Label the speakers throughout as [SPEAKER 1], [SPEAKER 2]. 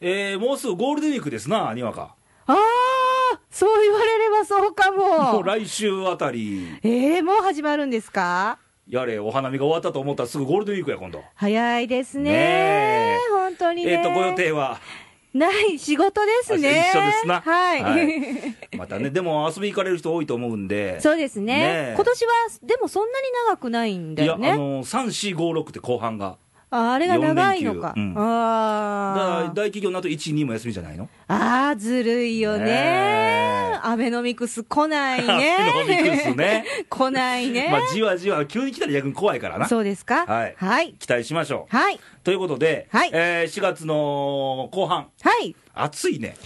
[SPEAKER 1] えー、もうすぐゴールデンウィークですな、にわか。
[SPEAKER 2] ああ、そう言われればそうか
[SPEAKER 1] も
[SPEAKER 2] も
[SPEAKER 1] う。来週あたり、
[SPEAKER 2] えー、もう始まるんですか
[SPEAKER 1] やれ、お花見が終わったと思ったらすぐゴールデンウィークや、今度。
[SPEAKER 2] 早いですね
[SPEAKER 1] ねえ
[SPEAKER 2] 本当にね。
[SPEAKER 1] えっと、ご予定は、
[SPEAKER 2] ない、仕事ですね。
[SPEAKER 1] 一緒ですな。
[SPEAKER 2] はい。
[SPEAKER 1] はいまたね、でも遊び行かれる人多いと思うんで。
[SPEAKER 2] そうです
[SPEAKER 1] ね
[SPEAKER 2] ね
[SPEAKER 1] え
[SPEAKER 2] 今年は、でもそんなに長くないんだ
[SPEAKER 1] いや、
[SPEAKER 2] よ
[SPEAKER 1] あ
[SPEAKER 2] ね。
[SPEAKER 1] の、3、4、5、6って後半が。
[SPEAKER 2] ああれが長いのか。
[SPEAKER 1] 四連休うんだから
[SPEAKER 2] あ
[SPEAKER 1] 大企業になると1、2も休みじゃないの
[SPEAKER 2] ああー、ずるいよね
[SPEAKER 1] ねえ
[SPEAKER 2] アベノミクス来ないね。
[SPEAKER 1] アベノミクスね
[SPEAKER 2] 来ないね。
[SPEAKER 1] まあ、じわじわ、急に来たら逆に怖いからな。
[SPEAKER 2] そうですか
[SPEAKER 1] はい
[SPEAKER 2] はい。
[SPEAKER 1] 期待しましょう。
[SPEAKER 2] はい。
[SPEAKER 1] ということで、
[SPEAKER 2] はい
[SPEAKER 1] えー4月の後半、
[SPEAKER 2] はい。
[SPEAKER 1] 暑いね。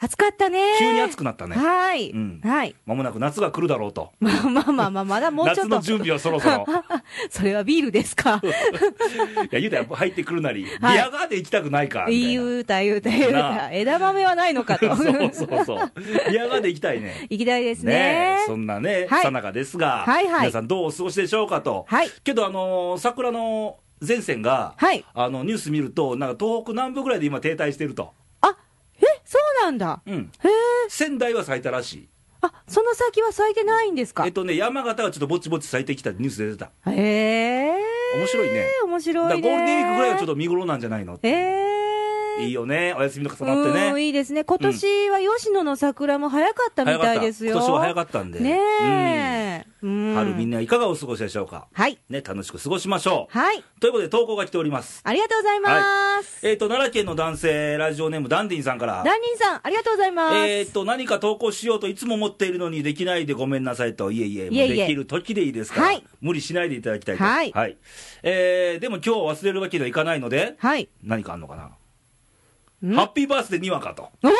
[SPEAKER 2] 暑かったね。
[SPEAKER 1] 急に暑くなったね
[SPEAKER 2] はい。
[SPEAKER 1] うん
[SPEAKER 2] はい。
[SPEAKER 1] まもなく夏が来るだろうと。
[SPEAKER 2] まあまあまあまあ、まだもうちょ
[SPEAKER 1] 夏
[SPEAKER 2] っ
[SPEAKER 1] の
[SPEAKER 2] と。
[SPEAKER 1] 準備はそろそろ。
[SPEAKER 2] それはビールですか。
[SPEAKER 1] いや、言うたらやっぱ入ってくるなり、
[SPEAKER 2] はい
[SPEAKER 1] ビアガーデン行きたくないか。みたいな
[SPEAKER 2] 言うた言うた言う
[SPEAKER 1] なあ
[SPEAKER 2] た。枝豆はないのかと。
[SPEAKER 1] そうそうそう。ビアガーデン行きたいね。
[SPEAKER 2] 行きたいです
[SPEAKER 1] ね
[SPEAKER 2] ね。
[SPEAKER 1] えそんなね、
[SPEAKER 2] はい
[SPEAKER 1] さなかですが、
[SPEAKER 2] はいはい
[SPEAKER 1] 皆さんどうお過ごしでしょうかと。
[SPEAKER 2] はい
[SPEAKER 1] けど、あのー桜の前線が、
[SPEAKER 2] はい
[SPEAKER 1] あのニュース見ると、なんか東北南部ぐらいで今停滞してると。
[SPEAKER 2] あ、え、そうなんだ。
[SPEAKER 1] うん。
[SPEAKER 2] へえ。
[SPEAKER 1] 仙台は咲いたらしい。
[SPEAKER 2] あ、その先は咲いてないんですか
[SPEAKER 1] えっ。とね、山形はちょっとぼちぼち咲いてきたニュース出てた。
[SPEAKER 2] へえ。
[SPEAKER 1] 面白いね。だ
[SPEAKER 2] 面
[SPEAKER 1] から
[SPEAKER 2] 白いね。
[SPEAKER 1] ゴールデンウィークぐらいはちょっと見頃なんじゃないの
[SPEAKER 2] ええ。
[SPEAKER 1] いいよね、お休みの重なって
[SPEAKER 2] うん、
[SPEAKER 1] ね。
[SPEAKER 2] いいですね。今年は吉野の桜も早かったみ
[SPEAKER 1] 早か
[SPEAKER 2] た
[SPEAKER 1] った。
[SPEAKER 2] い
[SPEAKER 1] 今
[SPEAKER 2] ですよ。
[SPEAKER 1] 年は早かったんで。
[SPEAKER 2] ねえ。う
[SPEAKER 1] うん
[SPEAKER 2] ん。
[SPEAKER 1] 春みんないかがお過ごしでしょうか。
[SPEAKER 2] はい。
[SPEAKER 1] ね、楽しく過ごしましょう。
[SPEAKER 2] はい。
[SPEAKER 1] ということで投稿が来ております。
[SPEAKER 2] ありがとうございます。
[SPEAKER 1] えっ、と、奈良県の男性、ラジオネーム、ダンディンさんから。
[SPEAKER 2] ダンニンさん、ありがとうございます。
[SPEAKER 1] えっ、と、何か投稿しようといつも思っているのにできないでごめんなさいと、いえいえ、もう
[SPEAKER 2] いえいえ
[SPEAKER 1] できる時でいいですから、
[SPEAKER 2] はい
[SPEAKER 1] 無理しないでいただきたいと。
[SPEAKER 2] はい
[SPEAKER 1] えーでも今日は忘れるわけにはいかないので、
[SPEAKER 2] はい。
[SPEAKER 1] 何かあんのかな。
[SPEAKER 2] ん
[SPEAKER 1] ハッピーバースデーにわか と。
[SPEAKER 2] おー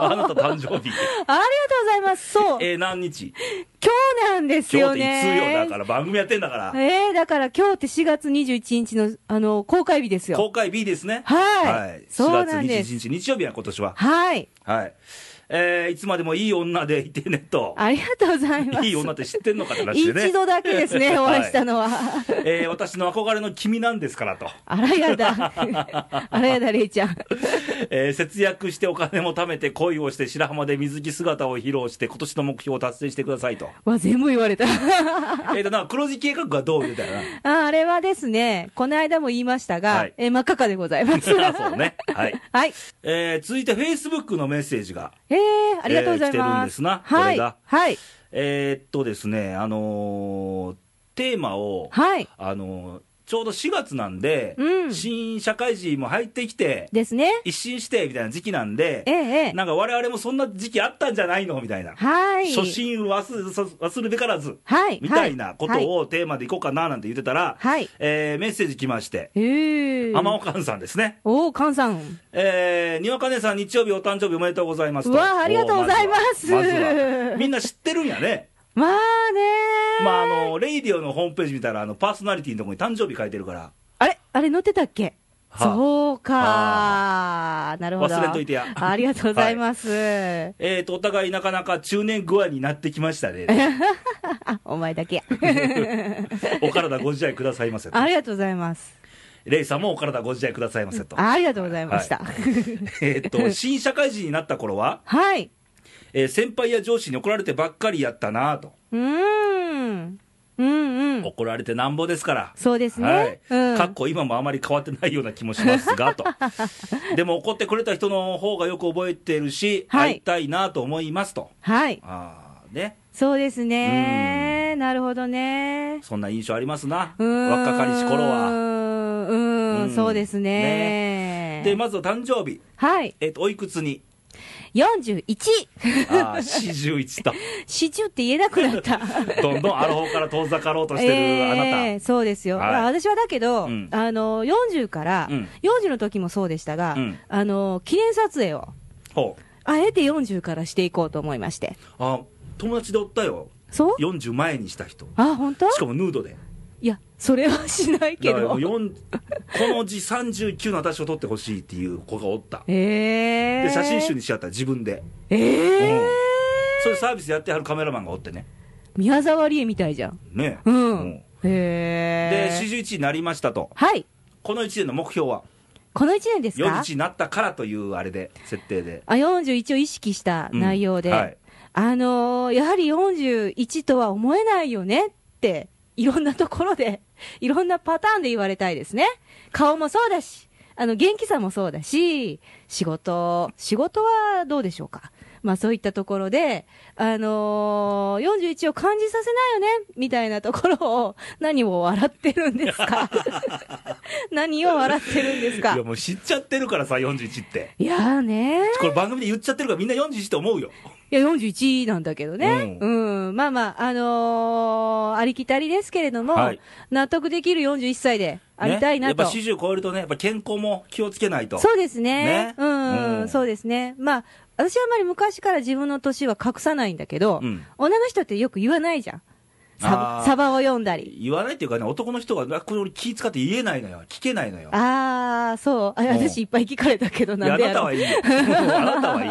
[SPEAKER 1] あなた誕生日。
[SPEAKER 2] ありがとうございます。そう。
[SPEAKER 1] えー何日
[SPEAKER 2] 今日なんです
[SPEAKER 1] 今日っ
[SPEAKER 2] よ
[SPEAKER 1] ていつ
[SPEAKER 2] ね。
[SPEAKER 1] よ、だから番組やってんだから。
[SPEAKER 2] えー、だから今日って4月21日の、あの、公開日ですよ。
[SPEAKER 1] 公開 B ですね。
[SPEAKER 2] はいそう
[SPEAKER 1] 4
[SPEAKER 2] なん
[SPEAKER 1] 月
[SPEAKER 2] です
[SPEAKER 1] 21日、日曜日は今年は。
[SPEAKER 2] はい。
[SPEAKER 1] はい。えーいつまでもいい女でいてねと。
[SPEAKER 2] ありがとうございます。
[SPEAKER 1] いい女って知ってんのかって話でね。
[SPEAKER 2] 一度だけですね、お会いした
[SPEAKER 1] の。
[SPEAKER 2] のは。
[SPEAKER 1] えー私の憧れの君なんですからと。
[SPEAKER 2] あら やだ。あらやだ、れいちゃん。
[SPEAKER 1] えー節約してお金も貯めて恋をして白浜で水着姿を披露して今年の目標を達成してください と。
[SPEAKER 2] わ、全部言われた。
[SPEAKER 1] えっと、なんか黒字計画がどうみたいな。
[SPEAKER 2] ああれはですね、この間も言いましたが、
[SPEAKER 1] はい
[SPEAKER 2] えー真っ赤かでございます。
[SPEAKER 1] あそうね。はい。
[SPEAKER 2] はい。
[SPEAKER 1] えー続いて Facebook のメッセージが。
[SPEAKER 2] えー、ありがとうござ
[SPEAKER 1] えー来
[SPEAKER 2] います。
[SPEAKER 1] てるんですなこ
[SPEAKER 2] は
[SPEAKER 1] れ
[SPEAKER 2] い。
[SPEAKER 1] が
[SPEAKER 2] はい。
[SPEAKER 1] えーっとですね、あのーテーマを、
[SPEAKER 2] はい。
[SPEAKER 1] あのーちょうど4月なんで、
[SPEAKER 2] うん
[SPEAKER 1] 新社会人も入ってきて、
[SPEAKER 2] ですね。
[SPEAKER 1] 一新してみたいな時期なんで、
[SPEAKER 2] ええええ
[SPEAKER 1] なんか我々もそんな時期あったんじゃないのみたいな、
[SPEAKER 2] はい。
[SPEAKER 1] 初心忘そ忘るべからず、
[SPEAKER 2] はい。
[SPEAKER 1] みたいなこ
[SPEAKER 2] はい
[SPEAKER 1] とをテーマでいこうかななんて言ってたら、
[SPEAKER 2] はい
[SPEAKER 1] えーメッセージ来まして、
[SPEAKER 2] ええ
[SPEAKER 1] 天岡さんですね、
[SPEAKER 2] おお、菅さん。
[SPEAKER 1] えーにわかねさん、日曜日お誕生日おめでとうございますと、
[SPEAKER 2] うわあありがとうございます
[SPEAKER 1] おーまずはまずはみんな知ってるんやね、
[SPEAKER 2] まあねー。
[SPEAKER 1] まあ、あのレイディオのホームページ見たら、あのパーソナリティのところに誕生日書いてるから、
[SPEAKER 2] あれあれ載ってたっけ
[SPEAKER 1] はあ
[SPEAKER 2] そうかー。なるほど。
[SPEAKER 1] 忘れといてや
[SPEAKER 2] ありがとうござい ます。
[SPEAKER 1] えーとお互いなかなか中年具合になってきましたね。
[SPEAKER 2] あ、お前だけや。
[SPEAKER 1] お体ご自愛くださいませと。
[SPEAKER 2] ありがとうございます。
[SPEAKER 1] レイさんもお体ご自愛くださいませと。
[SPEAKER 2] ありがとうございました。
[SPEAKER 1] えーっ と、新社会人になった頃は、
[SPEAKER 2] はい。
[SPEAKER 1] えー先輩や上司に怒られてばっかりやったなぁと。
[SPEAKER 2] うーん。うんうん。
[SPEAKER 1] 怒られてなんぼですから。
[SPEAKER 2] そうですね。
[SPEAKER 1] はい。
[SPEAKER 2] うん。
[SPEAKER 1] かっこ今もあまり変わってないような気もしますが、 と。でも怒ってくれた人の方がよく覚えてるし、
[SPEAKER 2] はい
[SPEAKER 1] 会いたいなと思いますと。
[SPEAKER 2] はい。
[SPEAKER 1] ああ、ね。
[SPEAKER 2] そうですね。なるほどね。
[SPEAKER 1] そんな印象ありますな。
[SPEAKER 2] うーん
[SPEAKER 1] 若かりし頃は。
[SPEAKER 2] う
[SPEAKER 1] う
[SPEAKER 2] ー
[SPEAKER 1] ん
[SPEAKER 2] ん、そうですね。
[SPEAKER 1] で、まずは誕生日。
[SPEAKER 2] はい。
[SPEAKER 1] えーっと、おいくつに
[SPEAKER 2] 41!
[SPEAKER 1] ああ、41と。
[SPEAKER 2] 四十って言えなくなった。
[SPEAKER 1] どんどんアラフォーから遠ざかろうとしてるあなた。
[SPEAKER 2] えーそうですよ、
[SPEAKER 1] はい
[SPEAKER 2] だから私はだけど、
[SPEAKER 1] うん
[SPEAKER 2] あの40から、
[SPEAKER 1] うん
[SPEAKER 2] 40の時もそうでしたが、
[SPEAKER 1] うん
[SPEAKER 2] あの記念撮影を
[SPEAKER 1] ほう
[SPEAKER 2] あえて40からしていこうと思いまして、
[SPEAKER 1] あ友達でおったよ
[SPEAKER 2] そう
[SPEAKER 1] 40前にした人
[SPEAKER 2] あ本当
[SPEAKER 1] しかもヌードで
[SPEAKER 2] いや、それはしないけ
[SPEAKER 1] だからも
[SPEAKER 2] ど
[SPEAKER 1] う、4この字39の私を撮ってほしいっていう子がおった
[SPEAKER 2] えー、
[SPEAKER 1] で写真集にしちゃった自分で
[SPEAKER 2] えー
[SPEAKER 1] それサービスやってはるカメラマンがおってね
[SPEAKER 2] 宮沢りえみたいじゃん、
[SPEAKER 1] ね
[SPEAKER 2] うん、
[SPEAKER 1] ん
[SPEAKER 2] え
[SPEAKER 1] で
[SPEAKER 2] ー、
[SPEAKER 1] 41になりましたと
[SPEAKER 2] はい、
[SPEAKER 1] この1年の目標は
[SPEAKER 2] ここの1年です
[SPEAKER 1] 夜
[SPEAKER 2] か
[SPEAKER 1] 市になったからというあれで、設定で。
[SPEAKER 2] あ41を意識した
[SPEAKER 1] うん
[SPEAKER 2] 内容で、
[SPEAKER 1] はい
[SPEAKER 2] あのーやはり41とは思えないよねって、いろんなところで、 いろんなパターンで言われたいですね。顔もそうだし、あの、元気さもそうだし、仕事、仕事はどうでしょうか。まあそういったところで、あのー、41を感じさせないよね、みたいなところを、 何を笑ってるんで すか何を笑ってるんですか
[SPEAKER 1] いや、もう知っちゃってるからさ、41って。
[SPEAKER 2] いやーねー。
[SPEAKER 1] これ番組で言っちゃってるからみんな41って思うよ。
[SPEAKER 2] いや、41なんだけどね。
[SPEAKER 1] う
[SPEAKER 2] うん。まあまあ、あのーありきたりですけれども、
[SPEAKER 1] はい
[SPEAKER 2] 納得できる41歳でありたいな
[SPEAKER 1] ね
[SPEAKER 2] と。
[SPEAKER 1] やっぱ40超えるとね、やっぱ健康も気をつけないと。
[SPEAKER 2] そうですね
[SPEAKER 1] ね
[SPEAKER 2] うん。
[SPEAKER 1] うん
[SPEAKER 2] そうですね。まあ、私はあまり昔から自分の年は隠さないんだけど、
[SPEAKER 1] うん
[SPEAKER 2] 女の人ってよく言わないじゃん。サ
[SPEAKER 1] あ
[SPEAKER 2] バ
[SPEAKER 1] ー
[SPEAKER 2] サバを読んだり。
[SPEAKER 1] 言わないっていうかね、男の人が、あこれ俺気使って言えないのよ。聞けないのよ。
[SPEAKER 2] ああ、そう。あ
[SPEAKER 1] うん
[SPEAKER 2] 私いっぱい聞かれたけど、
[SPEAKER 1] い
[SPEAKER 2] な
[SPEAKER 1] や
[SPEAKER 2] ん
[SPEAKER 1] あ
[SPEAKER 2] で
[SPEAKER 1] な
[SPEAKER 2] や
[SPEAKER 1] た
[SPEAKER 2] ろ
[SPEAKER 1] は
[SPEAKER 2] う。
[SPEAKER 1] いいよ。あなた は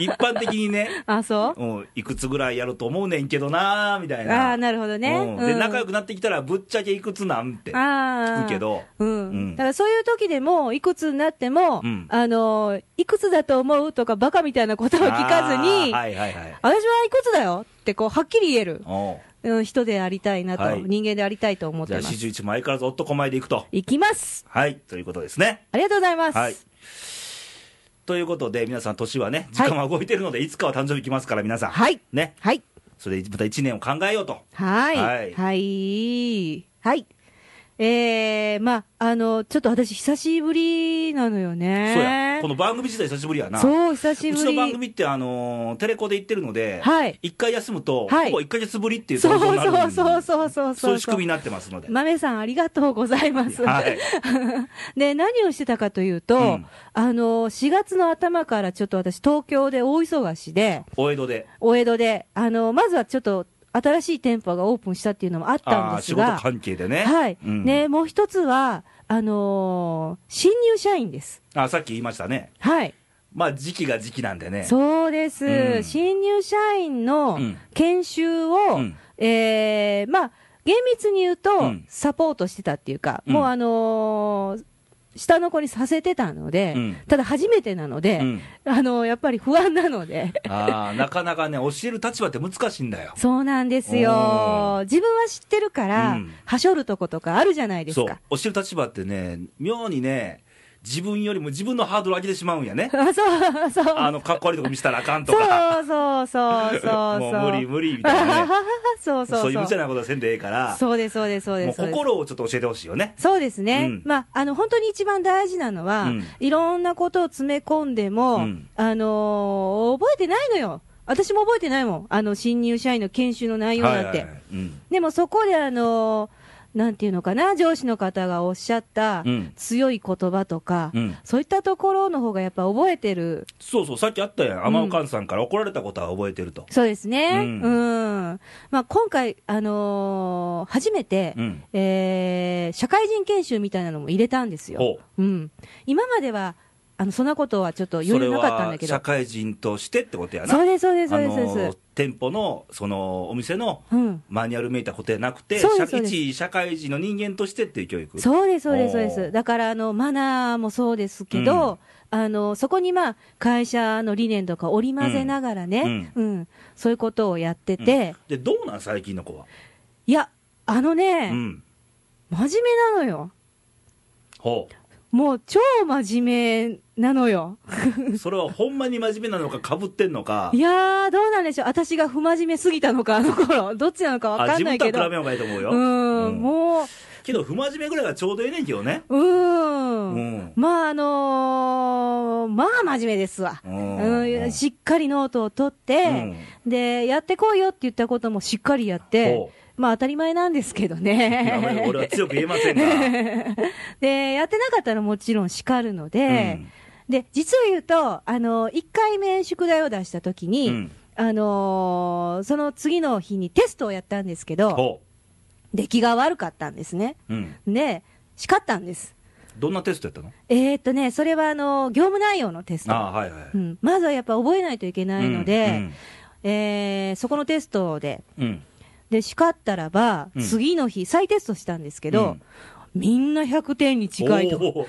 [SPEAKER 1] いい。一般的にね、
[SPEAKER 2] あ、そう
[SPEAKER 1] うん、いくつぐらいやると思うねんけどなーみたいな。
[SPEAKER 2] ああ、なるほどね。
[SPEAKER 1] うん
[SPEAKER 2] う
[SPEAKER 1] で、
[SPEAKER 2] ん
[SPEAKER 1] 仲良くなってきたら、ぶっちゃけいくつなんって聞
[SPEAKER 2] あー
[SPEAKER 1] くけど、
[SPEAKER 2] うん
[SPEAKER 1] うん
[SPEAKER 2] だからそういう時でも、いくつになっても、
[SPEAKER 1] うん
[SPEAKER 2] あのーいくつだと思うとか、バカみたいなことは聞かず
[SPEAKER 1] あ
[SPEAKER 2] に、
[SPEAKER 1] ーはいはいはい。
[SPEAKER 2] 私はいくつだよってこうはっきり言える、
[SPEAKER 1] おう
[SPEAKER 2] うん、人でありたいなと、
[SPEAKER 1] はい
[SPEAKER 2] 人間でありたいと思っ
[SPEAKER 1] じゃ
[SPEAKER 2] て
[SPEAKER 1] あ、
[SPEAKER 2] ます。
[SPEAKER 1] 41も相変わらず男前でいくと。
[SPEAKER 2] いきます
[SPEAKER 1] はい、ということですね。
[SPEAKER 2] ありがとうございます、
[SPEAKER 1] はい。ということで、皆さん、年はね、時間は動いてるので、いつかは誕生日来ますから、皆さん。
[SPEAKER 2] はい
[SPEAKER 1] ね。
[SPEAKER 2] はい
[SPEAKER 1] それで、また1年を考えようと。
[SPEAKER 2] はい。
[SPEAKER 1] はい
[SPEAKER 2] はい。はい。えー、まあ、あの、ちょっと私、久しぶりなのよね。
[SPEAKER 1] そうや。この番組自体久しぶりやな。
[SPEAKER 2] そう、久し
[SPEAKER 1] う
[SPEAKER 2] ぶり。
[SPEAKER 1] ちの番組って、あのーテレコで行ってるので、
[SPEAKER 2] はい
[SPEAKER 1] 一回休むと、
[SPEAKER 2] はい
[SPEAKER 1] ほぼ1ヶ月ぶりっていう
[SPEAKER 2] そう
[SPEAKER 1] ことになる
[SPEAKER 2] そうそうそうそう
[SPEAKER 1] そういう仕組みになってますので。
[SPEAKER 2] 豆さん、ありがとうございます。
[SPEAKER 1] はい。
[SPEAKER 2] で、何をしてたかというと、
[SPEAKER 1] うん
[SPEAKER 2] あの、4月の頭からちょっと私、東京で大忙しで、
[SPEAKER 1] お江戸で。
[SPEAKER 2] お江戸で、あの、まずはちょっと、新しい店舗がオープンしたっていうのもあったん
[SPEAKER 1] ああー、
[SPEAKER 2] です
[SPEAKER 1] 仕事
[SPEAKER 2] が、
[SPEAKER 1] 関係でね。
[SPEAKER 2] はい、
[SPEAKER 1] うん
[SPEAKER 2] ね、もう一つは、あのー新入社員です。
[SPEAKER 1] あさっき言いましたね。
[SPEAKER 2] はい。
[SPEAKER 1] まあ、時期が時期なんでね。
[SPEAKER 2] そうです、
[SPEAKER 1] うん
[SPEAKER 2] 新入社員の
[SPEAKER 1] うん
[SPEAKER 2] 研修を、
[SPEAKER 1] うん
[SPEAKER 2] えーまあ、厳密に言うと
[SPEAKER 1] うん、
[SPEAKER 2] サポートしてたっていうか、
[SPEAKER 1] うん
[SPEAKER 2] もうあのー下の子にさせてたので、
[SPEAKER 1] うん
[SPEAKER 2] ただ初めてなので、
[SPEAKER 1] うん
[SPEAKER 2] あのーやっぱり不安なの で、
[SPEAKER 1] ああ、なかなかね、教える立場って難しいんだよ。
[SPEAKER 2] そうなんです
[SPEAKER 1] お
[SPEAKER 2] よ、自分は知ってるから、
[SPEAKER 1] うん
[SPEAKER 2] はしょるとことかあるじゃないです
[SPEAKER 1] そう
[SPEAKER 2] か。。。
[SPEAKER 1] 教える立場ってね、妙にね、自分よりも自分のハードル上げてしまうんやね
[SPEAKER 2] あ そうそう
[SPEAKER 1] あの、かっこ悪いとこ見せたらあかんと
[SPEAKER 2] そう
[SPEAKER 1] か。
[SPEAKER 2] そうそうそう
[SPEAKER 1] も
[SPEAKER 2] そうう
[SPEAKER 1] 無理無理みたいなね。
[SPEAKER 2] そうそう
[SPEAKER 1] そ
[SPEAKER 2] そう
[SPEAKER 1] いう無茶なことはせんでええから、
[SPEAKER 2] そうですそうですそうで
[SPEAKER 1] もう
[SPEAKER 2] すそうです
[SPEAKER 1] 心をちょっと教えてほしいよね。
[SPEAKER 2] そうですね、
[SPEAKER 1] うん
[SPEAKER 2] まあ、あの本当に一番大事なのは、
[SPEAKER 1] うん
[SPEAKER 2] いろんなことを詰め込んでも、
[SPEAKER 1] うん
[SPEAKER 2] あのー覚えてないのよ、私も覚えてないもん、あの新入社員の研修の内容なんて。
[SPEAKER 1] はいはいはいうん
[SPEAKER 2] でもそこで、あのーなんていうのかな、上司の方がおっしゃった
[SPEAKER 1] うん
[SPEAKER 2] 強い言葉とか、
[SPEAKER 1] うん
[SPEAKER 2] そういったところの方がやっぱ覚えてる、
[SPEAKER 1] そうそう、さっきあったやん。天岡さんから怒られたことは覚えてると。
[SPEAKER 2] そうですね、う
[SPEAKER 1] うんん
[SPEAKER 2] まあ、今回、あのー初めて、
[SPEAKER 1] うん。
[SPEAKER 2] えー社会人研修みたいなのも入れたんですよ。
[SPEAKER 1] ほう
[SPEAKER 2] うん、今まではあのそんなことはちょっ
[SPEAKER 1] そ
[SPEAKER 2] と余
[SPEAKER 1] れ
[SPEAKER 2] 裕なかったん
[SPEAKER 1] は
[SPEAKER 2] だけど
[SPEAKER 1] 社会人としてってことやな。
[SPEAKER 2] そうですそうですそう
[SPEAKER 1] あ
[SPEAKER 2] ですそうで
[SPEAKER 1] の
[SPEAKER 2] す、
[SPEAKER 1] 店舗の、その、お店の
[SPEAKER 2] うん、
[SPEAKER 1] マニュアルめいたことじゃなくて、
[SPEAKER 2] そう
[SPEAKER 1] 社
[SPEAKER 2] ですそうです
[SPEAKER 1] 一社会人の人間としてっていう教育。
[SPEAKER 2] そうですそうですそうで
[SPEAKER 1] お
[SPEAKER 2] す
[SPEAKER 1] ー
[SPEAKER 2] だからあのマナーもそうですけど、あのそこにまあ会社の理念とか織り交ぜながらね、うんそういうことをやってて、
[SPEAKER 1] で、どうなん最近の子は。
[SPEAKER 2] いやあのね、
[SPEAKER 1] うん。
[SPEAKER 2] 真面目なのよ
[SPEAKER 1] ほ
[SPEAKER 2] もう超真面目なのよ
[SPEAKER 1] う。それはほんまに真面目なのか、かぶってんのか
[SPEAKER 2] い。やーどうなんでしょう私が不真面目すぎたのかあの頃 どっちなのかわ
[SPEAKER 1] あ
[SPEAKER 2] か
[SPEAKER 1] 自
[SPEAKER 2] んない
[SPEAKER 1] 分とは
[SPEAKER 2] け
[SPEAKER 1] 比べよ
[SPEAKER 2] ど
[SPEAKER 1] うがいいと思うよ。
[SPEAKER 2] うん、
[SPEAKER 1] うん
[SPEAKER 2] もう
[SPEAKER 1] けど、不真面目ぐらいがちょうどええねんけどね。
[SPEAKER 2] うーん。
[SPEAKER 1] うん
[SPEAKER 2] まあ、あのーまあ、真面目ですわ。
[SPEAKER 1] うん
[SPEAKER 2] うんしっかりノートを取って、で、やってこいよって言ったこともしっかりやって
[SPEAKER 1] ほ、
[SPEAKER 2] まあ、当たり前なんですけど
[SPEAKER 1] やめろ俺
[SPEAKER 2] ね。
[SPEAKER 1] は強く言えませんが。
[SPEAKER 2] で、やってなかったらもちろん叱るので、
[SPEAKER 1] うん
[SPEAKER 2] で、実を言うと、あの、1回目宿題を出したときに、
[SPEAKER 1] うん
[SPEAKER 2] あのーその次の日にテストをやったんですけど、
[SPEAKER 1] ほ
[SPEAKER 2] 出来が悪かったんですね。
[SPEAKER 1] う。うん。
[SPEAKER 2] で、叱ったんです。
[SPEAKER 1] どんなテストやったの
[SPEAKER 2] えー、っとね、それはあの業務内容のテスト、
[SPEAKER 1] ああ、はいはい。
[SPEAKER 2] うん、まずはやっぱ覚えないといけないので、
[SPEAKER 1] うん
[SPEAKER 2] えーそこのテストで、
[SPEAKER 1] うん。
[SPEAKER 2] で叱ったらば、
[SPEAKER 1] うん
[SPEAKER 2] 次の日、再テストしたんですけど、みんな100点に近いと、
[SPEAKER 1] おー